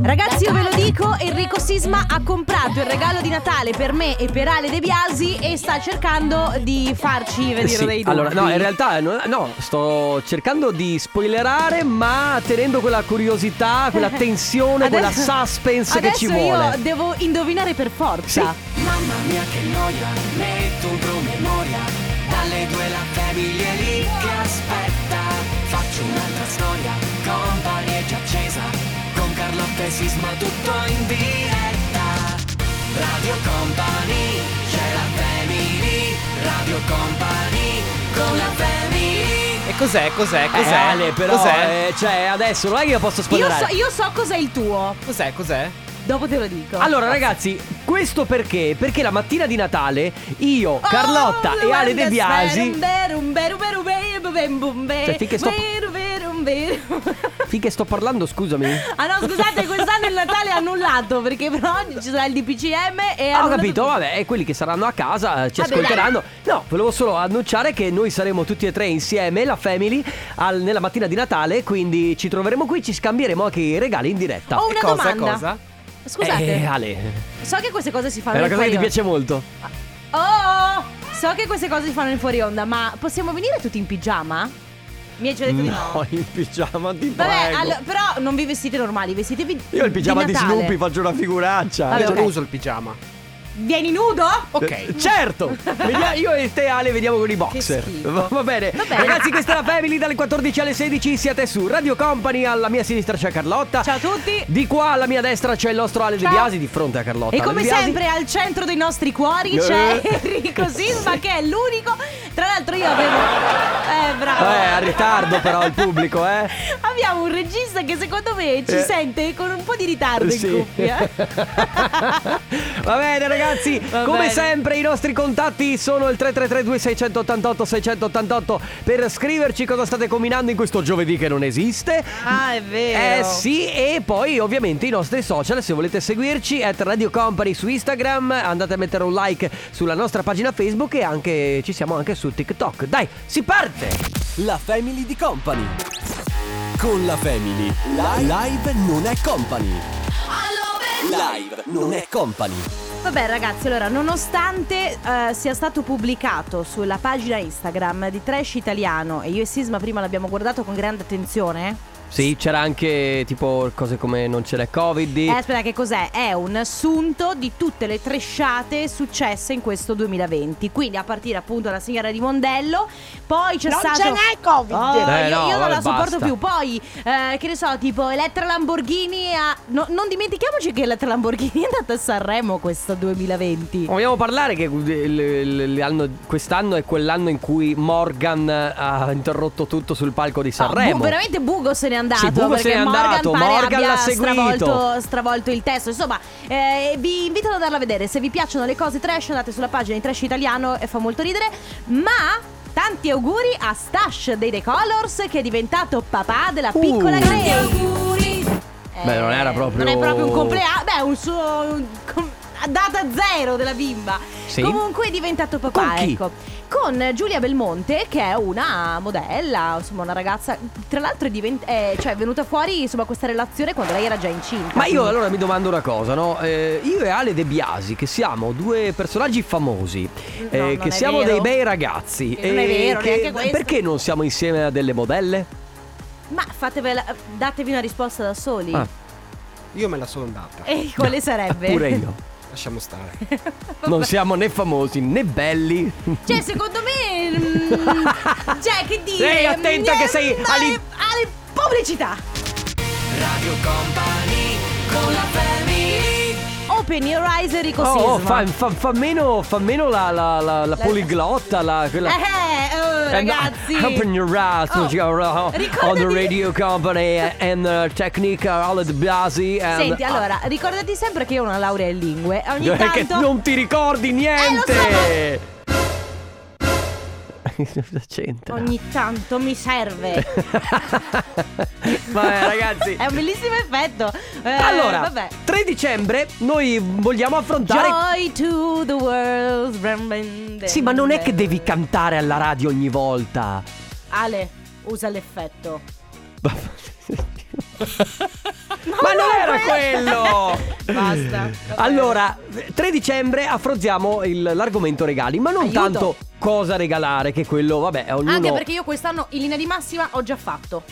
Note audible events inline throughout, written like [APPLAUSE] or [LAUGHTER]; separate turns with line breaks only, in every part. Ragazzi, io ve lo dico, Enrico Sisma ha comprato il regalo di Natale per me e per Ale De Biasi e sta cercando di farci venire
Eh Sì,
dei dubbi.
allora, no, in realtà no, no, sto cercando di spoilerare, ma tenendo quella curiosità,
[LAUGHS]
quella tensione, quella
Adesso-
suspense che ci
Adesso
vuole.
io Eh, devo indovinare per forza.
Mamma mia che noia, metto un promemoria Dalle due la famiglia è lì che aspetta Faccio un'altra storia, company è già accesa Con Carlotta e Sisma tutto in diretta Radio Company, c'è la family Radio Company, con la family
E cos'è, cos'è,
Eh,
cos'è?
Ale, però,
Cos'è?
eh, cioè, adesso non è che io posso
Io
spoilerare.
so, io so cos'è il tuo,
Cos'è, cos'è?
dopo te lo dico.
Allora ragazzi, questo perché? Perché la mattina di Natale
Oh,
io, Carlotta e Ale De Biasi, Cioè,
Cioè,
finché sto- finché sto parlando scusami,
[LAUGHS] Ah no, scusate, quest'anno il Natale è annullato perché per oggi ci sarà il DPCM e
Ah,
annullato
ho capito,
tutto.
vabbè, e quelli che saranno a casa eh, ci
Vabbè,
ascolteranno. No, volevo solo annunciare che noi saremo tutti e tre insieme, la family, al- nella mattina di Natale, quindi ci troveremo qui, ci scambieremo anche i regali in diretta.
Ho una
cosa,
domanda.
cosa?
Oh, Scusate,
Eh, Ale,
so che queste cose si fanno
è una
in
cosa che ti
fuori
piace molto.
onda. Oh, so che queste cose si fanno in fuori onda, ma possiamo venire tutti in pigiama? Mi hai già detto di no.
No, in pigiama ti
Vabbè,
prego.
allo- però non vi vestite normali, vestitevi
Io il pigiama di,
Natale.
Snoopy faccio una figuraccia. Cioè,
Vabbè,
Io
ok.
non uso il pigiama.
Vieni nudo?
Ok.
[LAUGHS]
Certo, Vediamo- io e te Ale vediamo con i boxer.
schifo.
Va, va bene.
Va bene.
Ragazzi, questa è la Family dalle 14 alle 16, siete su Radio Company, alla mia sinistra c'è Carlotta.
Ciao a tutti.
Di qua alla mia destra c'è il nostro Ale De
Ciao.
Biasi di fronte a Carlotta.
E
Ale
come
De Biasi.
sempre al centro dei nostri cuori
Eh.
c'è Enrico Silva che è l'unico. Tra l'altro io avevo... Eh, bravo.
Eh, a ritardo però il pubblico, eh.
Abbiamo un regista che secondo me ci
Eh.
sente con un po' di ritardo
Sì.
in
[LAUGHS]
cuffia.
Va bene ragazzi,
Va
come
bene.
sempre i nostri contatti sono il 3332 688 688 per scriverci cosa state combinando in questo giovedì che non esiste.
Ah, è vero.
Eh sì, e poi ovviamente i nostri social, se volete seguirci, at Radio Company su Instagram, andate a mettere un like sulla nostra pagina Facebook e anche ci siamo anche su TikTok. Dai, si parte!
La Family di Company. Con la Family. Live, non è company. Live non è company.
Vabbè ragazzi, allora, nonostante eh, sia stato pubblicato sulla pagina Instagram di Trash Italiano e io e Sisma prima l'abbiamo guardato con grande attenzione.
Sì, c'era anche tipo cose come non c'è Covid.
Eh, aspetta, che cos'è? È un assunto di tutte le tresciate successe in questo 2020. Quindi a partire appunto dalla signora di Mondello, poi c'è
Non
stato.
ce n'è Covid.
Oh,
Eh,
io,
no,
io non la
vabbè,
sopporto
basta.
più. Poi, eh, che ne so, tipo Elettra Lamborghini. ha- no, non dimentichiamoci che Elettra Lamborghini è andata a Sanremo questo 2020.
Vogliamo parlare che eh, l- l- l'anno- quest'anno è quell'anno in cui Morgan ha interrotto tutto sul palco di
No, Bu-
Sanremo.
Ah, boh, veramente Bugo se n'è andato
Sì, Bugo
perché
se n'è
Morgan
andato,
pare
Morgan
abbia
l'ha seguito.
stravolto, stravolto il testo insomma eh, vi invito ad andarla a vedere se vi piacciono le cose trash andate sulla pagina di Trash Italiano e fa molto ridere ma tanti auguri a Stash dei The Colors che è diventato papà della
Uh.
piccola Grace Eh,
Beh, non era proprio-
non è proprio un compleanno Eh, ah, beh un suo un com- a data zero della bimba
Sì.
comunque è diventato papà
Con chi?
ecco con Giulia Belmonte che è una modella, insomma una ragazza, tra l'altro è, divent- eh, cioè, è venuta fuori insomma questa relazione quando lei era già incinta.
Ma io
quindi-
allora mi domando una cosa, no? Eh, io e Ale De Biasi, che siamo due personaggi famosi,
No,
eh,
non
che
è
siamo
vero.
dei bei ragazzi. eh,
Non è vero,
che-
neanche questo.
Perché non siamo insieme a delle modelle?
Ma fatevela, datevi una risposta da soli.
Ah.
[LAUGHS] Io me la sono data.
E quale sarebbe? [LAUGHS]
Pure io.
Lasciamo [LAUGHS] stare.
Non siamo né famosi né belli.
Cioè, secondo me... mm, cioè,
[LAUGHS]
che dire...
Ehi, attenta
mm,
che sei
alle-
all'in-
alle pubblicità!
Radio Company, con la family
Open your eyes, Enrico
Oh, oh,
Sisma.
fa, fa- fa meno, fa meno la, la- la- la poliglotta, la, quella.
Eh, oh,
And, uh, [LAUGHS]
ragazzi.
open your eyes
Oh,
on uh, the
ricordati-
radio company and uh, Technic uh, Ale De Biasi. And, uh,
Senti, allora, ricordati sempre che io ho una laurea in lingue. e Ogni tanto...
eh,
Eh,
Che non ti ricordi niente! C'entra. [LAUGHS]
Ogni tanto mi serve.
Vabbè eh, ragazzi.
È un bellissimo effetto. Eh,
Allora,
vabbè.
3 dicembre noi vogliamo affrontare...
Joy to the world.
Sì, ma non è che devi cantare alla radio ogni volta.
[LAUGHS] Ale, usa l'effetto.
Ma non era quello!
[LAUGHS] Basta.
Allora, 3 dicembre affrontiamo il- l'argomento regali, ma non
Aiuto.
tanto cosa regalare, che quello, vabbè, ognuno...
Anche perché io quest'anno in linea di massima ho già fatto.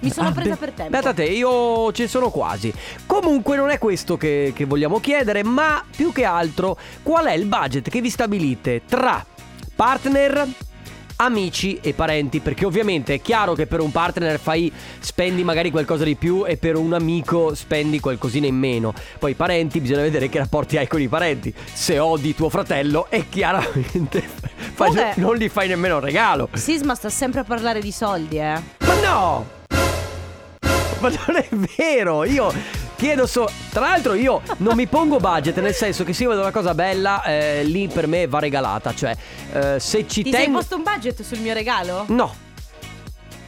Mi sono
Ah,
presa
be-
per tempo.
Beata te, io ci sono quasi. Comunque non è questo che, che vogliamo chiedere, ma più che altro qual è il budget che vi stabilite tra partner, amici e parenti? Perché ovviamente è chiaro che per un partner fai, spendi magari qualcosa di più e per un amico spendi qualcosina in meno. Poi i parenti, bisogna vedere che rapporti hai con i parenti. Se odi tuo fratello, è chiaramente... [LAUGHS] fai-
Vabbè.
non gli fai nemmeno un regalo.
Sisma sta sempre a parlare di soldi, eh.
Ma no! Ma non è vero, io chiedo solo... Tra l'altro io non mi pongo budget, nel senso che se io vedo una cosa bella, eh, lì per me va regalata, cioè eh, se ci
Ti sei
tengo...
posto un budget sul mio regalo?
No,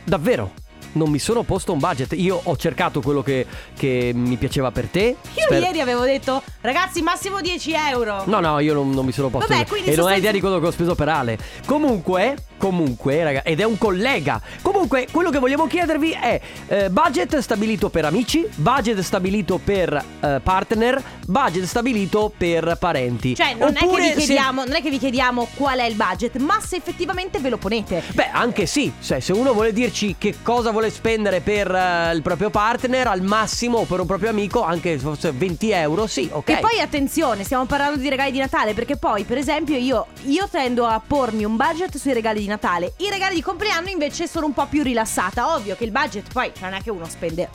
davvero. Non mi sono posto un budget, io ho cercato quello che, che mi piaceva per te.
Io
spero-
ieri avevo detto, ragazzi, massimo 10 euro.
No, no, io non, non mi sono posto.
Vabbè,
niente.
quindi
e non hai
sostanzi-
idea di quello che ho speso per Ale. Comunque, comunque, raga, ed è un collega. Comunque, quello che vogliamo chiedervi è eh, budget stabilito per amici, budget stabilito per eh, partner, budget stabilito per parenti.
Cioè, non è,
Oppure
che vi
se-
chiediamo, non è che vi chiediamo qual è il budget, ma se effettivamente ve lo ponete.
Beh, anche sì, cioè, se uno vuole dirci che cosa vuole spendere per eh, il proprio partner, al massimo o per un proprio amico, anche se fosse 20 euro, sì, ok.
Che poi attenzione, stiamo parlando di regali di Natale, perché poi, per esempio, io, io tendo a pormi un budget sui regali di Natale. I regali di compleanno invece sono un po' più rilassata. Ovvio che il budget poi cioè, non è che uno spende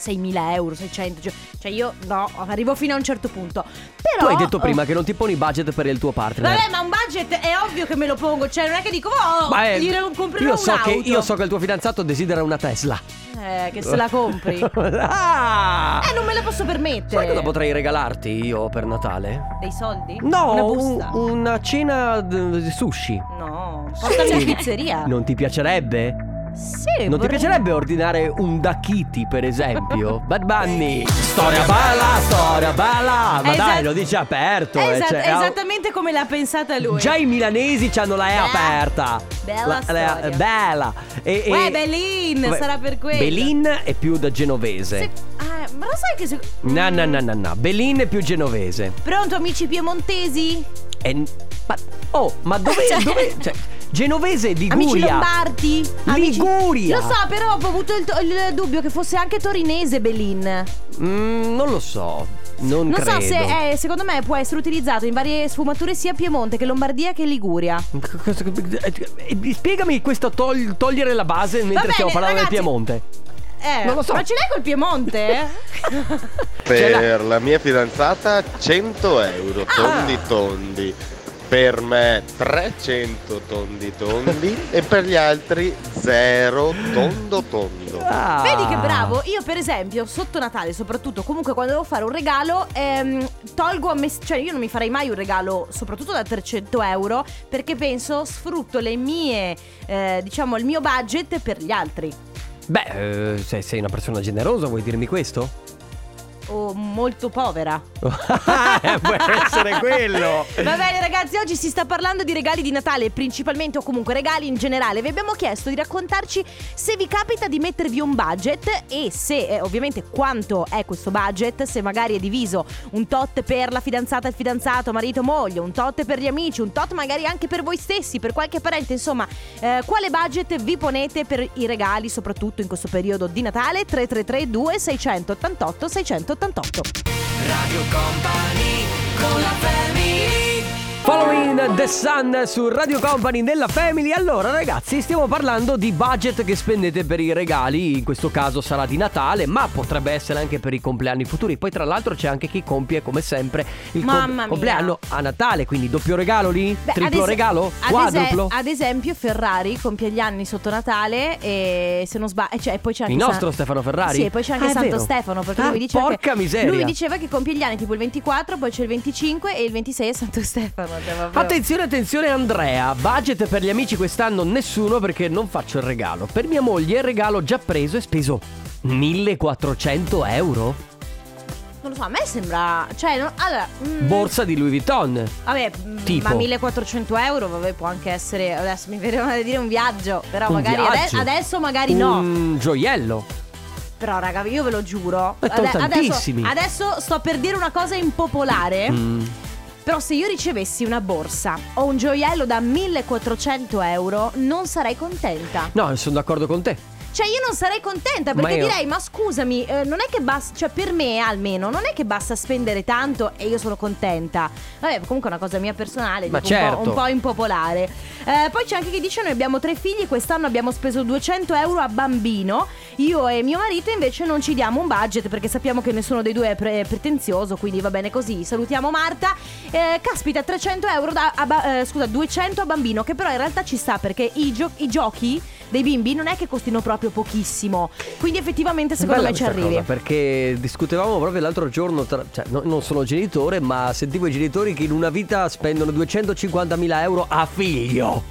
6.000 euro, 600, cioè, cioè io no, arrivo fino a un certo punto. Però...
Tu hai detto prima
oh,
che non ti poni budget per il tuo partner.
Vabbè, ma un budget è ovvio che me lo pongo, cioè non è che dico, oh,
Ma, eh,
gli re- comprerò
io so, che,
un'auto.
io so che il tuo fidanzato desidera una Tesla.
Eh, che se la
[LAUGHS]
compri. eh,
ah!
non me la posso permettere.
Sai cosa potrei regalarti io per Natale?
Dei soldi?
No,
Una
un-
busta?
una cena d- di sushi.
No, portami
Sì.
in pizzeria.
Non ti piacerebbe?
Sì,
non ti
vorrei-
piacerebbe ordinare un Dakiti, per [LAUGHS] esempio? Bad Bunny. Storia balla, storia balla. Ma
Esat-
dai, lo dice aperto. eh,
Esat-
cioè,
esattamente come l'ha pensata lui.
Già i milanesi hanno la E
Bella-
aperta.
bella storia.
bella. E, e-
Uè, Belin,
Vabbè,
sarà per quello.
Belin è più da genovese.
Se- ah, ma lo sai che se...
No, no, no, no, no. Belin è più genovese.
Pronto, amici piemontesi?
E- ma, oh, ma dove.
[LAUGHS] Cioè-
dove- cioè, genovese di
Amici
Liguria.
lombardi? Amici-
Liguria.
Lo so, però ho avuto il, il dubbio che fosse anche torinese Belin. Non
Mm, non lo so. Non, credo.
so se è- secondo me può essere utilizzato in varie sfumature sia Piemonte che Lombardia che Liguria.
C- cosa- eh, Spiegami questo tol- togliere la base mentre
bene,
stiamo parlando del
ragazzi.
Piemonte.
Eh,
Non lo so.
Ma ce l'hai col [LAUGHS] Piemonte?
Ce l'ha.
Per la mia fidanzata 100 euro,
Ah!
tondi tondi. Per me 300 tondi
[LAUGHS]
tondi e per gli altri 0 tondo tondo.
Ah.
Vedi che bravo, io per esempio sotto Natale soprattutto, comunque quando devo fare un regalo, ehm, tolgo a me, cioè io non mi farei mai un regalo soprattutto da 300 euro perché penso sfrutto le mie, eh, diciamo il mio budget per gli altri
Beh, eh, se sei una persona generosa, vuoi dirmi questo?
o Oh, molto povera.
Eh, Può essere quello.
Va bene ragazzi, oggi si sta parlando di regali di Natale principalmente o comunque regali in generale. Vi abbiamo chiesto di raccontarci se vi capita di mettervi un budget e se eh, ovviamente quanto è questo budget, se magari è diviso un tot per la fidanzata, il fidanzato, marito, moglie, un tot per gli amici, un tot magari anche per voi stessi, per qualche parente, insomma, eh, quale budget vi ponete per i regali soprattutto in questo periodo di Natale? 333 2688 688.
[LAUGHS] Following the Sun su Radio Company nella Family. Allora, ragazzi, stiamo parlando di budget che spendete per i regali. In questo caso sarà di Natale, ma potrebbe essere anche per i compleanni futuri. Poi, tra l'altro, c'è anche chi compie, come sempre, il com-
Mamma mia.
compleanno a Natale. Quindi, doppio regalo lì?
Beh,
Triplo
ad es-
regalo?
ad
Quadruplo?
ese- ad esempio, Ferrari compie gli anni sotto Natale e se non sbaglio, cioè, e poi c'è anche
Il
San-
nostro Stefano Ferrari?
Sì, e poi c'è anche
Ah, è
Santo
vero.
Stefano. Perché
Ah,
lui diceva
porca
che-
miseria.
Lui diceva che compie gli anni tipo il 24, poi c'è il 25 e il 26 è Santo Stefano. Cioè, proprio-
Attenzione, attenzione Andrea, budget per gli amici quest'anno nessuno perché non faccio il regalo. Per mia moglie il regalo già preso e speso 1400 euro.
non lo so, a me sembra. Cioè, no- allora. mm,
Borsa di Louis Vuitton.
Vabbè, mm,
tipo.
ma 1400 euro, vabbè, può anche essere. Adesso mi verrebbe da dire un viaggio. Però
Un
magari. ade-
viaggio.
adesso magari no.
Un gioiello.
Però, raga, io ve lo giuro.
Ma sono
ade- adesso,
tantissimi.
adesso sto per dire una cosa impopolare.
Mm.
Però se io ricevessi una borsa o un gioiello da 1400 euro, non sarei contenta.
No, sono d'accordo con te.
Cioè io non sarei contenta
Ma
perché
io-
direi, ma scusami, eh, non è che basta, cioè per me almeno, non è che basta spendere tanto e io sono contenta. Vabbè, comunque è una cosa mia personale,
Ma
dico, un po'-
certo.
un, po', impopolare. Eh, poi c'è anche chi dice, noi abbiamo tre figli, quest'anno abbiamo speso 200 euro a bambino, io e mio marito invece non ci diamo un budget perché sappiamo che nessuno dei due è pre- pretenzioso, quindi va bene così. Salutiamo Marta. Eh, caspita, 300 euro da, a ba- eh, scusa, 200 a bambino, che però in realtà ci sta perché i, gio- i giochi dei bimbi non è che costino proprio pochissimo. Quindi effettivamente secondo
Bella
me ci
questa
arrivi.
cosa, perché discutevamo proprio l'altro giorno, tra- cioè no- non sono genitore, ma sentivo i genitori che in una vita spendono 250.000 euro a figlio.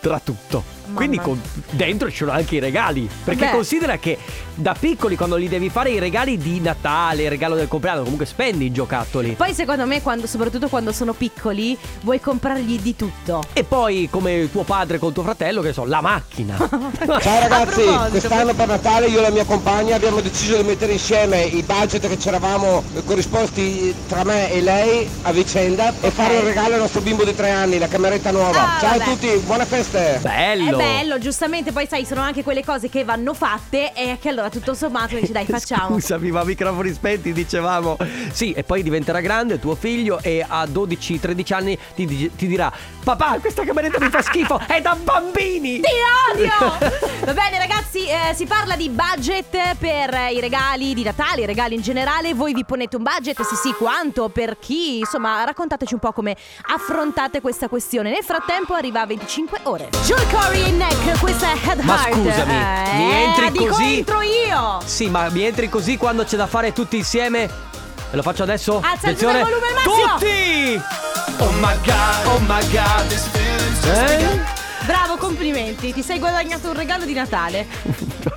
Tra tutto.
Mamma.
Quindi con- dentro ci sono anche i regali. Perché
Beh.
considera che da piccoli, quando li devi fare i regali di Natale, il regalo del compleanno, comunque spendi i giocattoli.
Poi secondo me, quando- soprattutto quando sono piccoli, vuoi comprargli di tutto.
E poi, come tuo padre con tuo fratello, che ne so,
[LAUGHS]
la macchina.
Ciao ragazzi,
proposito,
quest'anno per Natale io e la mia compagna abbiamo deciso di mettere insieme i budget che c'eravamo corrisposti tra me e lei a vicenda e fare un regalo al nostro bimbo di tre anni, la cameretta nuova.
Ah,
Ciao
vabbè.
a tutti, buone feste!
bello.
È bello, giustamente, poi sai, sono anche quelle cose che vanno fatte e che allora tutto sommato
[LAUGHS]
dici dai facciamo.
Scusami, ma microfoni spenti, dicevamo. Sì, e poi diventerà grande tuo figlio e a 12-13 anni ti, di- ti dirà: Papà, questa cameretta mi fa schifo, è da bambini!
Ti
[LAUGHS]
odio! Va bene ragazzi, eh, si parla di budget per eh, i regali di Natale, i regali in generale. Voi vi ponete un budget? Sì, sì, quanto? Per chi? Insomma, raccontateci un po' come affrontate questa questione. Nel frattempo arriva a 25 ore. Joel Corey e Neck, questa è Head
Ma
Heart.
scusami,
Eh,
mi entri
dico
così?
entro io!
Sì, ma mi entri così quando c'è da fare tutti insieme? Ve lo faccio adesso?
Alza il
Attenzione.
volume al massimo.
Tutti! Oh my god, oh my god, this feeling
Bravo, complimenti, ti sei guadagnato un regalo di Natale.
[LAUGHS]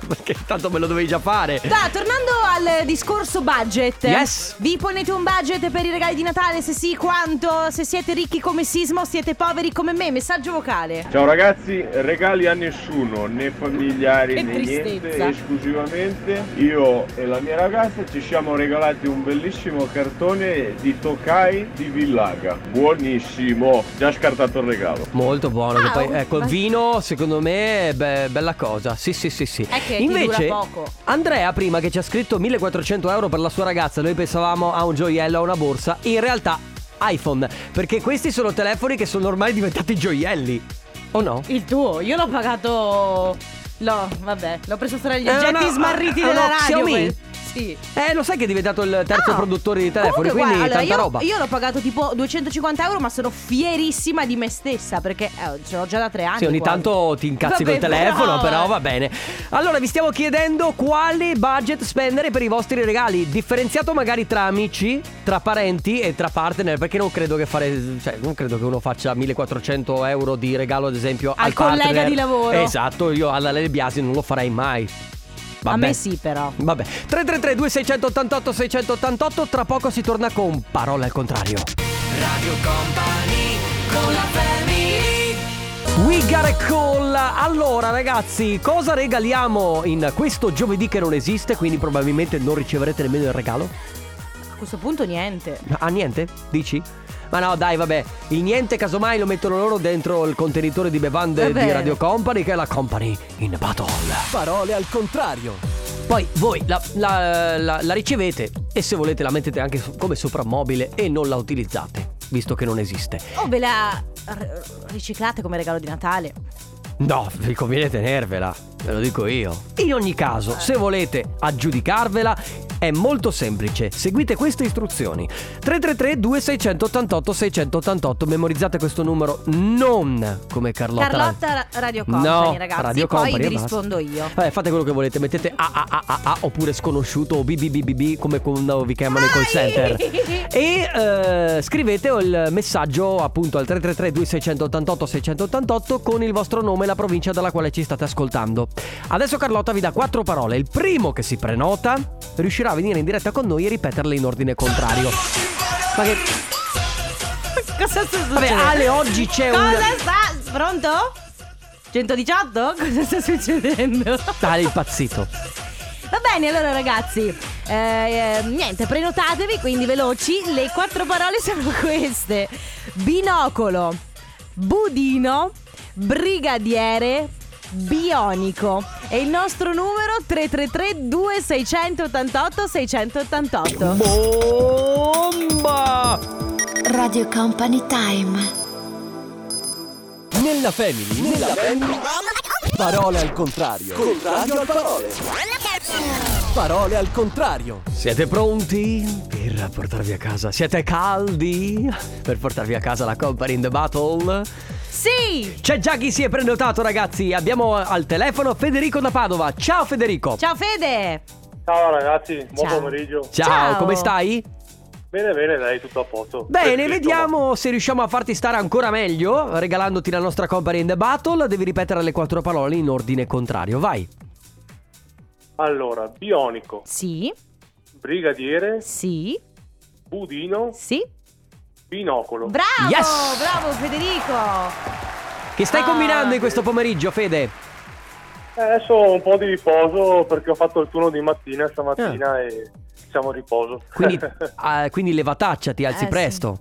Perché tanto me lo dovevi già fare.
Da, tornando al discorso budget.
Yes.
Vi ponete un budget per i regali di Natale? Se sì, quanto? Se siete ricchi come Sismo, siete poveri come me? Messaggio vocale.
Ciao ragazzi, regali a nessuno, né familiari
Che
né
tristezza.
niente, esclusivamente io e la mia ragazza ci siamo regalati un bellissimo cartone di Tokai di Villaga. Buonissimo, già scartato il regalo.
Molto buono. che
Ah,
poi,
un-
ecco, il vino secondo me è be- bella cosa. Sì, sì, sì, sì.
È che ti
Invece,
dura poco.
Andrea prima che ci ha scritto 1400 euro per la sua ragazza, noi pensavamo a un gioiello, a una borsa. In realtà iPhone, perché questi sono telefoni che sono ormai diventati gioielli. O no?
Il tuo, io l'ho pagato. No, vabbè, l'ho preso tra gli
Eh,
oggetti
no,
smarriti
eh,
della
no,
radio.
Xiaomi?
que- Sì.
Eh, lo sai che è diventato il terzo
No.
produttore di telefoni,
Ah, Comunque,
quindi
guarda, allora,
tanta
io,
roba.
Io l'ho pagato tipo 250 euro, ma sono fierissima di me stessa perché eh, ce l'ho già da tre anni.
Sì, ogni
quasi.
tanto ti incazzi
Vabbè,
col telefono,
però,
però
eh.
va bene. Allora, vi stiamo chiedendo quale budget spendere per i vostri regali, differenziato magari tra amici, tra parenti e tra partner, perché non credo che fare, cioè, non credo che uno faccia 1400 euro di regalo, ad esempio, al,
Al collega
partner.
di lavoro.
Esatto, io alla Lele Biasi non lo farei mai.
A
Vabbè.
me sì, però.
Vabbè, 333 2688 688 tra poco si torna con parole al contrario. We got a call. Allora, ragazzi, cosa regaliamo in questo giovedì che non esiste, quindi probabilmente non riceverete nemmeno il regalo?
A questo punto niente.
Ah, niente? Dici? Ma no, dai, vabbè, il niente casomai lo mettono loro dentro il contenitore di bevande
Va
di
bene.
Radio Company che è la Company in Battle.
Parole al contrario.
Poi voi la, la- la- la ricevete e se volete la mettete anche so- come soprammobile e non la utilizzate, visto che non esiste.
O ve la r- riciclate come regalo di Natale.
No, vi conviene tenervela, ve lo dico io. In ogni caso, se volete aggiudicarvela, è molto semplice. Seguite queste istruzioni. 333-2688-688, memorizzate questo numero non come Carlotta.
Carlotta Ra- Radio
No,
Company, ragazzi.
Radio
Poi vi
Company, e basta.
rispondo io.
Vabbè, fate quello che volete, mettete AAAA oppure sconosciuto o BBBBB come quando vi chiamano i call center. E eh, scrivete il messaggio appunto al 333 2688 688 con il vostro nome e la provincia dalla quale ci state ascoltando. Adesso Carlotta vi dà quattro parole. Il primo che si prenota riuscirà a venire in diretta con noi e ripeterle in ordine contrario. Ma che
[LAUGHS] Cosa sta succedendo?
Vabbè, Ale, oggi c'è
Cosa
un-
sta... Pronto? 118? Cosa sta succedendo?
tale impazzito.
Vabbè, Bene, allora ragazzi, eh, niente, prenotatevi, quindi veloci. Le quattro parole sono queste. Binocolo, budino, brigadiere, bionico. E il nostro numero 333 2688 688.
Bomba!
Radio Company Time.
Nella family, nella family. Parole al contrario. Contrario al parole. Parole al contrario.
Siete pronti per portarvi a casa? Siete caldi per portarvi a casa la Company in the Battle?
Sì!
C'è già chi si è prenotato, ragazzi. Abbiamo al telefono Federico da Padova. Ciao Federico.
Ciao Fede!
Ciao ragazzi, buon
Ciao.
pomeriggio.
Ciao,
Ciao.
come stai?
Bene, bene, dai, tutto a posto.
Bene,
Perfetto.
vediamo se riusciamo a farti stare ancora meglio regalandoti la nostra Company in the Battle. Devi ripetere le quattro parole in ordine contrario. Vai.
Allora, bionico,
Sì,
brigadiere,
sì,
budino,
sì.
binocolo.
Bravo!
Yes!
Bravo Federico!
Che stai
Ah,
combinando in questo pomeriggio, Fede?
Eh, adesso ho un po' di riposo perché ho fatto il turno di mattina stamattina
Ah.
e siamo a riposo. [LAUGHS]
Quindi, ah, quindi levataccia, ti alzi
Eh, sì.
presto.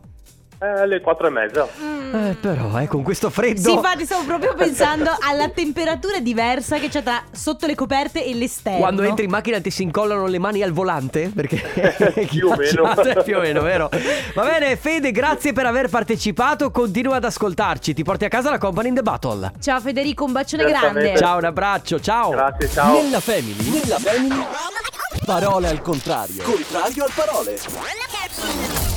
Eh, alle quattro e mezza.
Eh, però, eh, con questo freddo.
Sì, infatti stavo
[LAUGHS]
proprio pensando alla temperatura diversa che c'è tra sotto le coperte e l'esterno.
Quando entri in macchina ti si incollano le mani al volante? Perché
[LAUGHS] Più o
[LAUGHS]
meno.
ghiacciate, più o meno, vero? Va bene, Fede, grazie per aver partecipato. Continua ad ascoltarci. Ti porti a casa la Company in the Battle.
Ciao Federico, un bacione
Certamente.
grande.
Ciao, un abbraccio, ciao.
Grazie, ciao.
Nella family, nella family. Parole al contrario. Contrario al parole.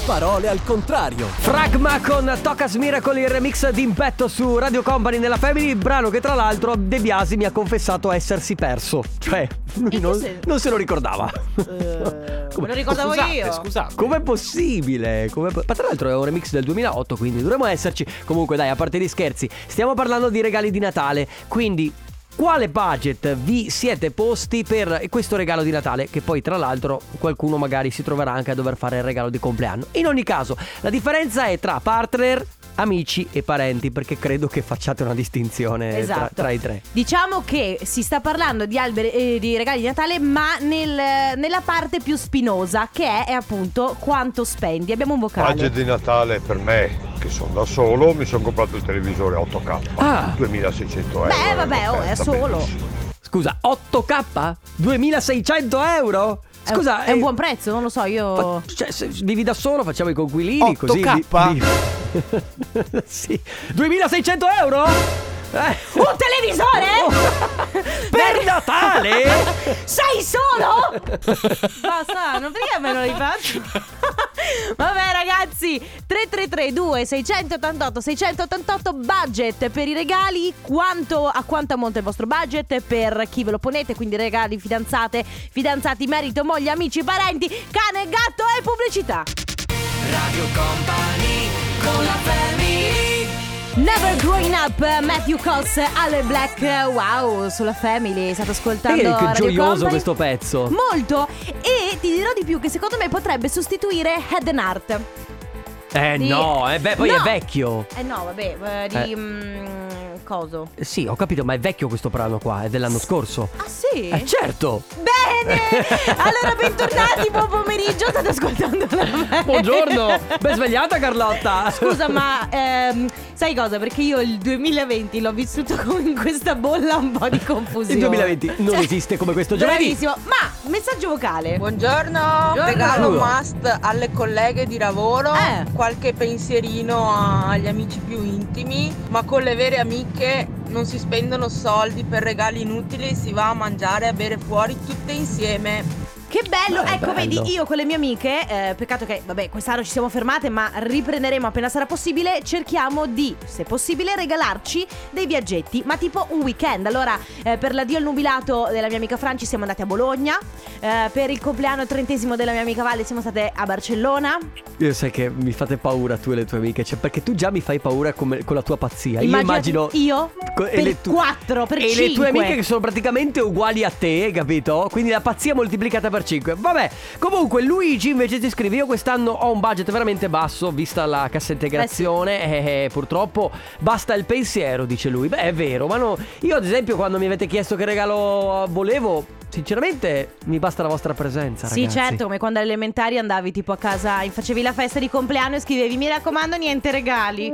Parole al contrario.
Fragma con Tocas Miracle, il remix di impetto su Radio Company nella Family, brano che tra l'altro De Biasi mi ha confessato essersi perso. Cioè, lui
che
non,
senso?
non se lo ricordava. [LAUGHS]
Me lo ricordavo
Scusate,
io.
scusate.
Com'è possibile? Com'è po- Ma tra l'altro è un remix del 2008, quindi dovremmo esserci. Comunque, dai, a parte gli scherzi, stiamo parlando di regali di Natale, quindi. Quale budget vi siete posti per questo regalo di Natale? Che poi, tra l'altro, qualcuno magari si troverà anche a dover fare il regalo di compleanno. In ogni caso, la differenza è tra partner, amici e parenti, perché credo che facciate una distinzione Eh, tra,
Esatto.
tra i tre.
Diciamo che si sta parlando di, alberi, eh, di regali di Natale, ma nel- nella parte più spinosa, che è, è appunto quanto spendi. Abbiamo un vocale.
Budget di Natale per me, che sono da solo, mi sono comprato il televisore 8K,
Ah.
2600 euro.
Beh, vabbè, oh, è
Sta
solo.
benissimo.
Scusa, 8K? 2600 euro?
È un-
Scusa,
è, un
eh,
buon prezzo, non lo so, io.
Fa- Cioè, se vivi da solo, facciamo i conquilini così.
8K?
vi- [LAUGHS] sì. 2600 euro? Eh.
Un televisore?
Oh, per Natale?
Sei solo? [LAUGHS] Basta, non perché me lo rifaccio? [LAUGHS] Vabbè ragazzi, 3332 688 688 budget per i regali, quanto, a quanto ammonta il vostro budget per chi ve lo ponete, quindi regali, fidanzate, fidanzati, marito, moglie, amici, parenti, cane, gatto e pubblicità. Never Growing Up, Matthew Cox, Ale Black, wow, sulla Family, state ascoltando
Che
Radio
gioioso
Company.
questo pezzo.
Molto, e ti dirò di più che secondo me potrebbe sostituire Head and Heart
Eh
Sì.
no, eh, beh, poi è
No.
vecchio.
Eh no, vabbè, eh, di... mm, coso
Sì, ho capito, ma è vecchio questo brano qua, è dell'anno scorso.
Ah sì?
Eh
[LAUGHS]
certo. [LAUGHS]
Bene! Allora, bentornati, buon pomeriggio, state ascoltando la Family.
Buongiorno. Ben svegliata Carlotta.
Scusa, ma ehm, sai cosa? Perché io il 2020 l'ho vissuto con in questa bolla un po' di confusione.
Il 2020
Cioè,
non esiste come questo giovedì.
Bravissimo. Ma messaggio vocale.
Buongiorno,
Buongiorno.
regalo must alle colleghe di lavoro,
Eh.
qualche pensierino agli amici più intimi, ma con le vere amiche non si spendono soldi per regali inutili, si va a mangiare e a bere fuori tutte insieme.
Che bello.
Ma è
ecco,
bello.
vedi, io con le mie amiche, eh, peccato che, vabbè, quest'anno ci siamo fermate, ma riprenderemo appena sarà possibile. Cerchiamo di, se possibile, regalarci dei viaggetti, ma tipo un weekend. Allora, eh, per l'addio al nubilato della mia amica Franci siamo andati a Bologna, eh, per il compleanno trentesimo della mia amica Valle siamo state a Barcellona.
Io sai che mi fate paura tu e le tue amiche, cioè perché tu già mi fai paura come- con la tua pazzia.
Immaginati
io immagino
io
co-
per quattro, per
e le
cinque.
tue amiche che sono praticamente uguali a te, capito? Quindi la pazzia moltiplicata per 5. Vabbè, comunque Luigi invece ti scrive "Io quest'anno ho un budget veramente basso vista la
Eh
cassa integrazione e purtroppo basta il pensiero", dice lui. Beh, è vero, ma no, io ad esempio quando mi avete chiesto che regalo volevo sinceramente mi basta la vostra presenza.
Sì,
ragazzi.
certo, come quando alle elementari andavi tipo a casa, facevi la festa di compleanno e scrivevi mi raccomando niente regali.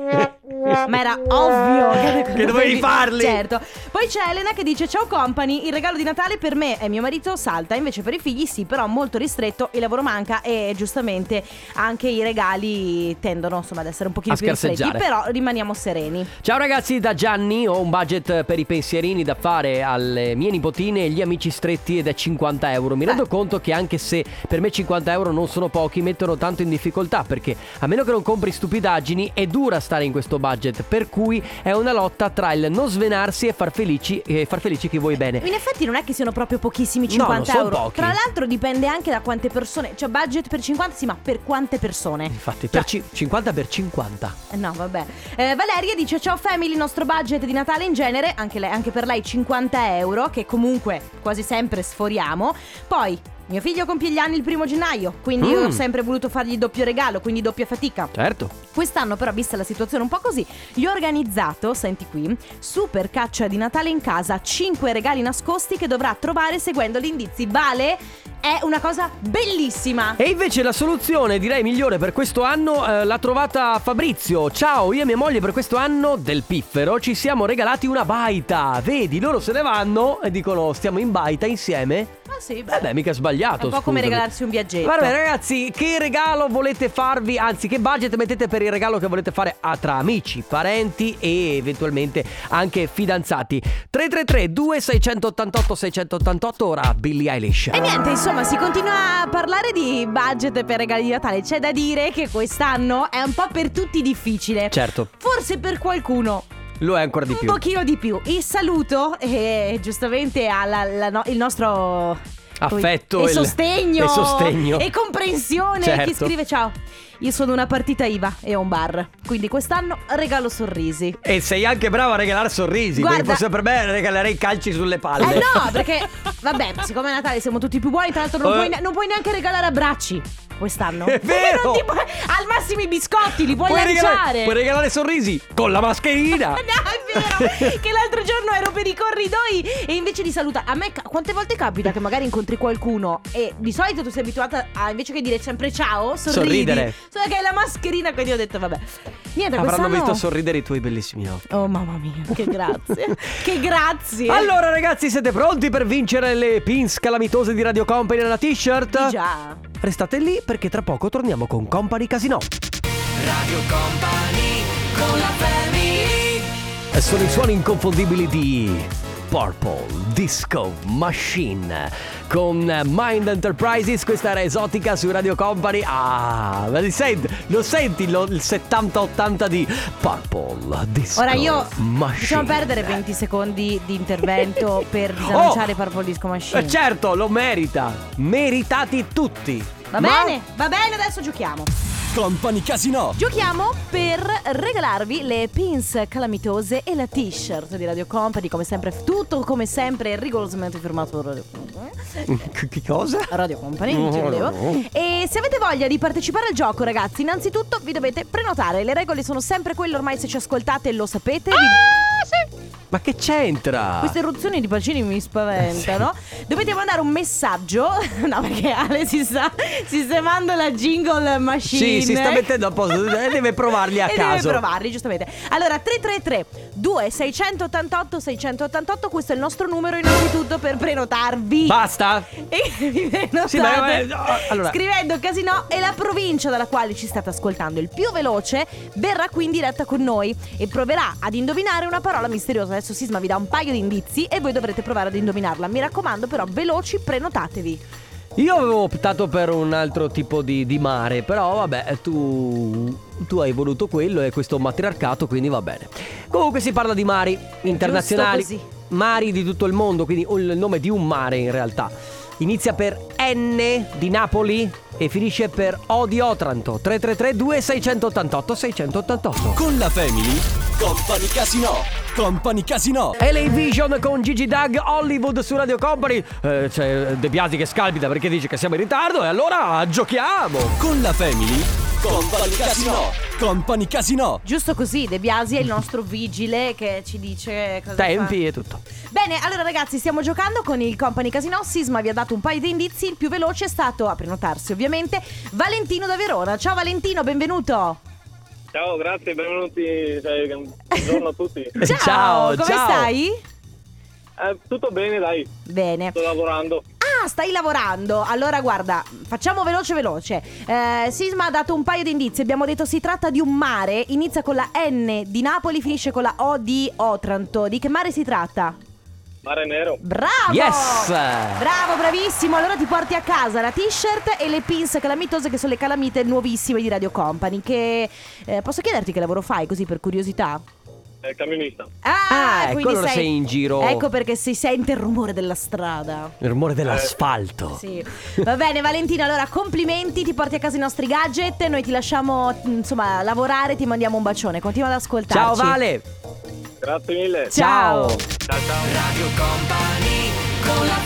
Ma era ovvio che,
Che dovevi farli.
Certo. Poi c'è Elena che dice ciao company, il regalo di Natale per me e mio marito salta, invece per i figli sì, però molto ristretto, il lavoro manca e giustamente anche i regali tendono insomma ad essere un pochino
A
più ristretti,
scarseggiare.
però rimaniamo sereni.
Ciao ragazzi, da Gianni ho un budget per i pensierini da fare alle mie nipotine e gli amici stretti ed è 50 euro. Mi rendo conto che anche se per me 50 euro non sono pochi, mettono tanto in difficoltà perché a meno che non compri stupidaggini è dura stare in questo budget, per cui è una lotta tra il non svenarsi e far felici, e far felici chi vuoi bene.
In effetti non è che siano proprio pochissimi
No,
50
non son
euro.
pochi.
Tra l'altro dipende anche da quante persone. Cioè, budget per 50, sì, ma per quante persone?
Infatti, per ci- 50 per 50.
Eh, No, vabbè. Eh, Valeria dice: Ciao family, il nostro budget di Natale in genere, anche, lei- anche per lei 50 euro, che comunque quasi sempre sforiamo. Poi. Mio figlio compie gli anni il primo gennaio, quindi io
Mm.
ho sempre voluto fargli il doppio regalo, quindi doppia fatica.
Certo.
Quest'anno però, vista la situazione un po' così, gli ho organizzato, senti qui, super caccia di Natale in casa, 5 regali nascosti che dovrà trovare seguendo gli indizi. Vale, è una cosa bellissima.
E invece la soluzione direi migliore per questo anno eh, l'ha trovata Fabrizio. Ciao, io e mia moglie per questo anno del piffero ci siamo regalati una baita. Vedi, loro se ne vanno e dicono stiamo in baita insieme.
Ah sì, beh.
Eh beh, mica
È
sbagliato.
un po' come
scusami.
regalarsi un viaggetto.
Vabbè ragazzi, che regalo volete farvi? Anzi, che budget mettete per il regalo che volete fare a- tra amici, parenti e eventualmente anche fidanzati? 333 2688 688 ora Billie Eilish.
E niente, insomma, si continua a parlare di budget per regali di Natale. C'è da dire che quest'anno è un po' per tutti difficile.
Certo,
Forse per qualcuno
lo è ancora di
un
più.
pochino di più. Il saluto, eh, giustamente, al nostro come-
Affetto
e
il-
sostegno
e sostegno.
e comprensione.
Certo.
Chi scrive ciao, io sono una partita IVA e ho un bar, quindi quest'anno regalo sorrisi.
E sei anche brava a regalare sorrisi.
Guarda-
Guarda, perché fosse per me regalerei calci sulle palle.
Eh
[LAUGHS]
no, perché vabbè, siccome a Natale siamo tutti più buoni, tra l'altro non,
Eh.
puoi, ne- non puoi neanche regalare abbracci quest'anno.
È
Come
vero!
non ti puoi- al massimo i biscotti li puoi,
Puoi regalare,
lanciare.
puoi regalare sorrisi con la mascherina.
[LAUGHS] No,
[LAUGHS]
è vero, che l'altro giorno ero per i corridoi e invece di salutare. A me ca- quante volte capita che magari incontri qualcuno e di solito tu sei abituata a invece che dire sempre ciao, sorridi.
Sorridere.
Solo che è la mascherina, quindi ho detto vabbè. Niente,
Avranno
quest'anno
visto sorridere i tuoi bellissimi occhi.
Oh mamma mia, che
[LAUGHS]
grazie. che grazie.
Allora, ragazzi, siete pronti per vincere le pins calamitose di Radio Company nella t-shirt?
Sì, già.
Restate lì perché tra poco torniamo con Company Casino.
Radio Company con la family
E Eh, sono i suoni inconfondibili di Purple Disco Machine con Mind Enterprises, questa era esotica su Radio Company. Ah, ma li sent- lo senti lo- il 70-80 di Purple Disco
Ora io
Machine.
Possiamo perdere 20 secondi di
[LAUGHS]
intervento per
Oh!
disannunciare Purple Disco Machine.
Eh, certo, lo merita. Meritati tutti.
Va
Ma-
bene, va bene, adesso giochiamo.
Company Casino.
Giochiamo per regalarvi le pins calamitose e la t-shirt di Radio Company, come sempre, tutto come sempre rigorosamente firmato da Radio Company.
Che che cosa?
Radio Company, intendevo. E se avete voglia di partecipare al gioco, ragazzi, innanzitutto vi dovete prenotare. Le regole sono sempre quelle, ormai se ci ascoltate lo sapete. Vi-
Ah, Ma che c'entra?
Queste eruzioni di bacini mi spaventano. Dovete mandare un messaggio. [LAUGHS] No, perché Ale si sta sistemando la jingle machine.
Sì, si sta mettendo a posto, eh, deve provarli
[LAUGHS]
a
e
caso.
deve provarli, giustamente. Allora, 333 2688 688, questo è il nostro numero innanzitutto per prenotarvi.
Basta?
E vi prenotate
Sì, ma- ma- no, allora-
scrivendo Casino e la provincia dalla quale ci state ascoltando il più veloce verrà qui in diretta con noi e proverà ad indovinare una parola misteriosa. Adesso Sisma vi dà un paio di indizi e voi dovrete provare ad indovinarla. Mi raccomando però veloci, prenotatevi.
Io avevo optato per un altro tipo di, di mare, però vabbè, tu, tu hai voluto quello e questo matriarcato, quindi va bene. Comunque si parla di mari internazionali,
così.
mari di tutto il mondo, quindi un- il nome di un mare in realtà. Inizia per N di Napoli e finisce per O di Otranto. 333 688 688
Con la Family. Company Casino. Company Casino.
LA Vision con Gigi Doug Hollywood su Radio Company. Eh, c'è De Biasi che scalpita perché dice che siamo in ritardo e allora giochiamo.
Con la Family. Company Casino. Company Casino.
Giusto così, De Biasi è il nostro vigile che ci dice cosa
Tempi
fa.
e tutto.
Bene, allora ragazzi, stiamo giocando con il Company Casino. Sisma vi ha dato un paio di indizi. Il più veloce è stato, a prenotarsi ovviamente, Valentino da Verona. Ciao Valentino, benvenuto.
Ciao, grazie, benvenuti. cioè, Buongiorno a tutti.
Ciao,
come
ciao.
stai?
Eh, tutto bene, dai.
Bene.
Sto lavorando.
Ah, stai lavorando. Allora, guarda, facciamo veloce veloce. Eh, Sisma ha dato un paio di indizi. Abbiamo detto si tratta di un mare. Inizia con la N di Napoli, finisce con la O di Otranto. Di che mare si tratta?
Mare nero.
Bravo!
Yes!
Bravo, bravissimo. Allora ti porti a casa la t-shirt e le pins calamitose che sono le calamite nuovissime di Radio Company. Che eh, posso chiederti che lavoro fai così per curiosità?
Eh, camionista.
Ah, ecco,
quindi
allora sei in giro.
Ecco perché si sente il rumore della strada.
Il rumore dell'asfalto.
Eh, Sì. Va bene Valentina, allora complimenti, ti porti a casa i nostri gadget, noi ti lasciamo mh, insomma lavorare, ti mandiamo un bacione, continua ad
Ciao
ascoltarci.
Vale.
Grazie mille.
Ciao.
Ciao, ciao. Radio Company con la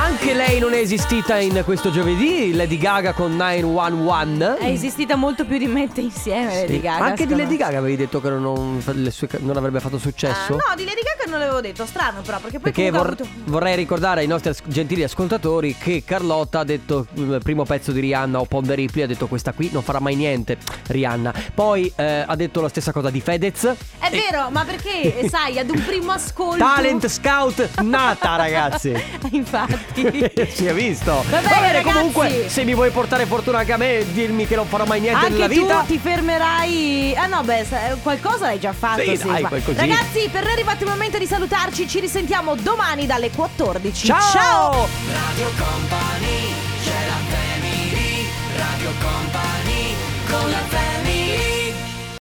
Anche lei non è esistita in questo giovedì, Lady Gaga con 911.
È esistita molto più di Mette insieme Lady
Sì.
Gaga.
Anche di
secondo
Lady
me.
Gaga avevi detto che non, le sue ca- non avrebbe fatto successo.
Ah, no, di Lady Gaga non l'avevo detto, strano però, perché poi
Perché
comunque
vor-
ha avuto-
vorrei ricordare ai nostri as- gentili ascoltatori che Carlotta ha detto mm, il primo pezzo di Rihanna o Ponda Ripley ha detto questa qui non farà mai niente Rihanna. Poi eh, ha detto la stessa cosa di Fedez.
È vero, ma perché, eh, sai, ad un primo ascolto...
Eh.
[LAUGHS]
Talent Scout nata ragazzi.
Infatti.
si è visto.
Va bene, ragazzi.
comunque se mi vuoi portare fortuna anche a me e dirmi che non farò mai niente
Anche
nella
tu
vita.
ti fermerai. Ah no, beh, sa- qualcosa l'hai già fatto.
Sì, dai,
ma-
qualcosina.
Ragazzi, per noi è arrivato il momento di salutarci. Ci risentiamo domani dalle 14.
Ciao!
Ciao!
Radio Company, c'è la family, Radio Company, con la family.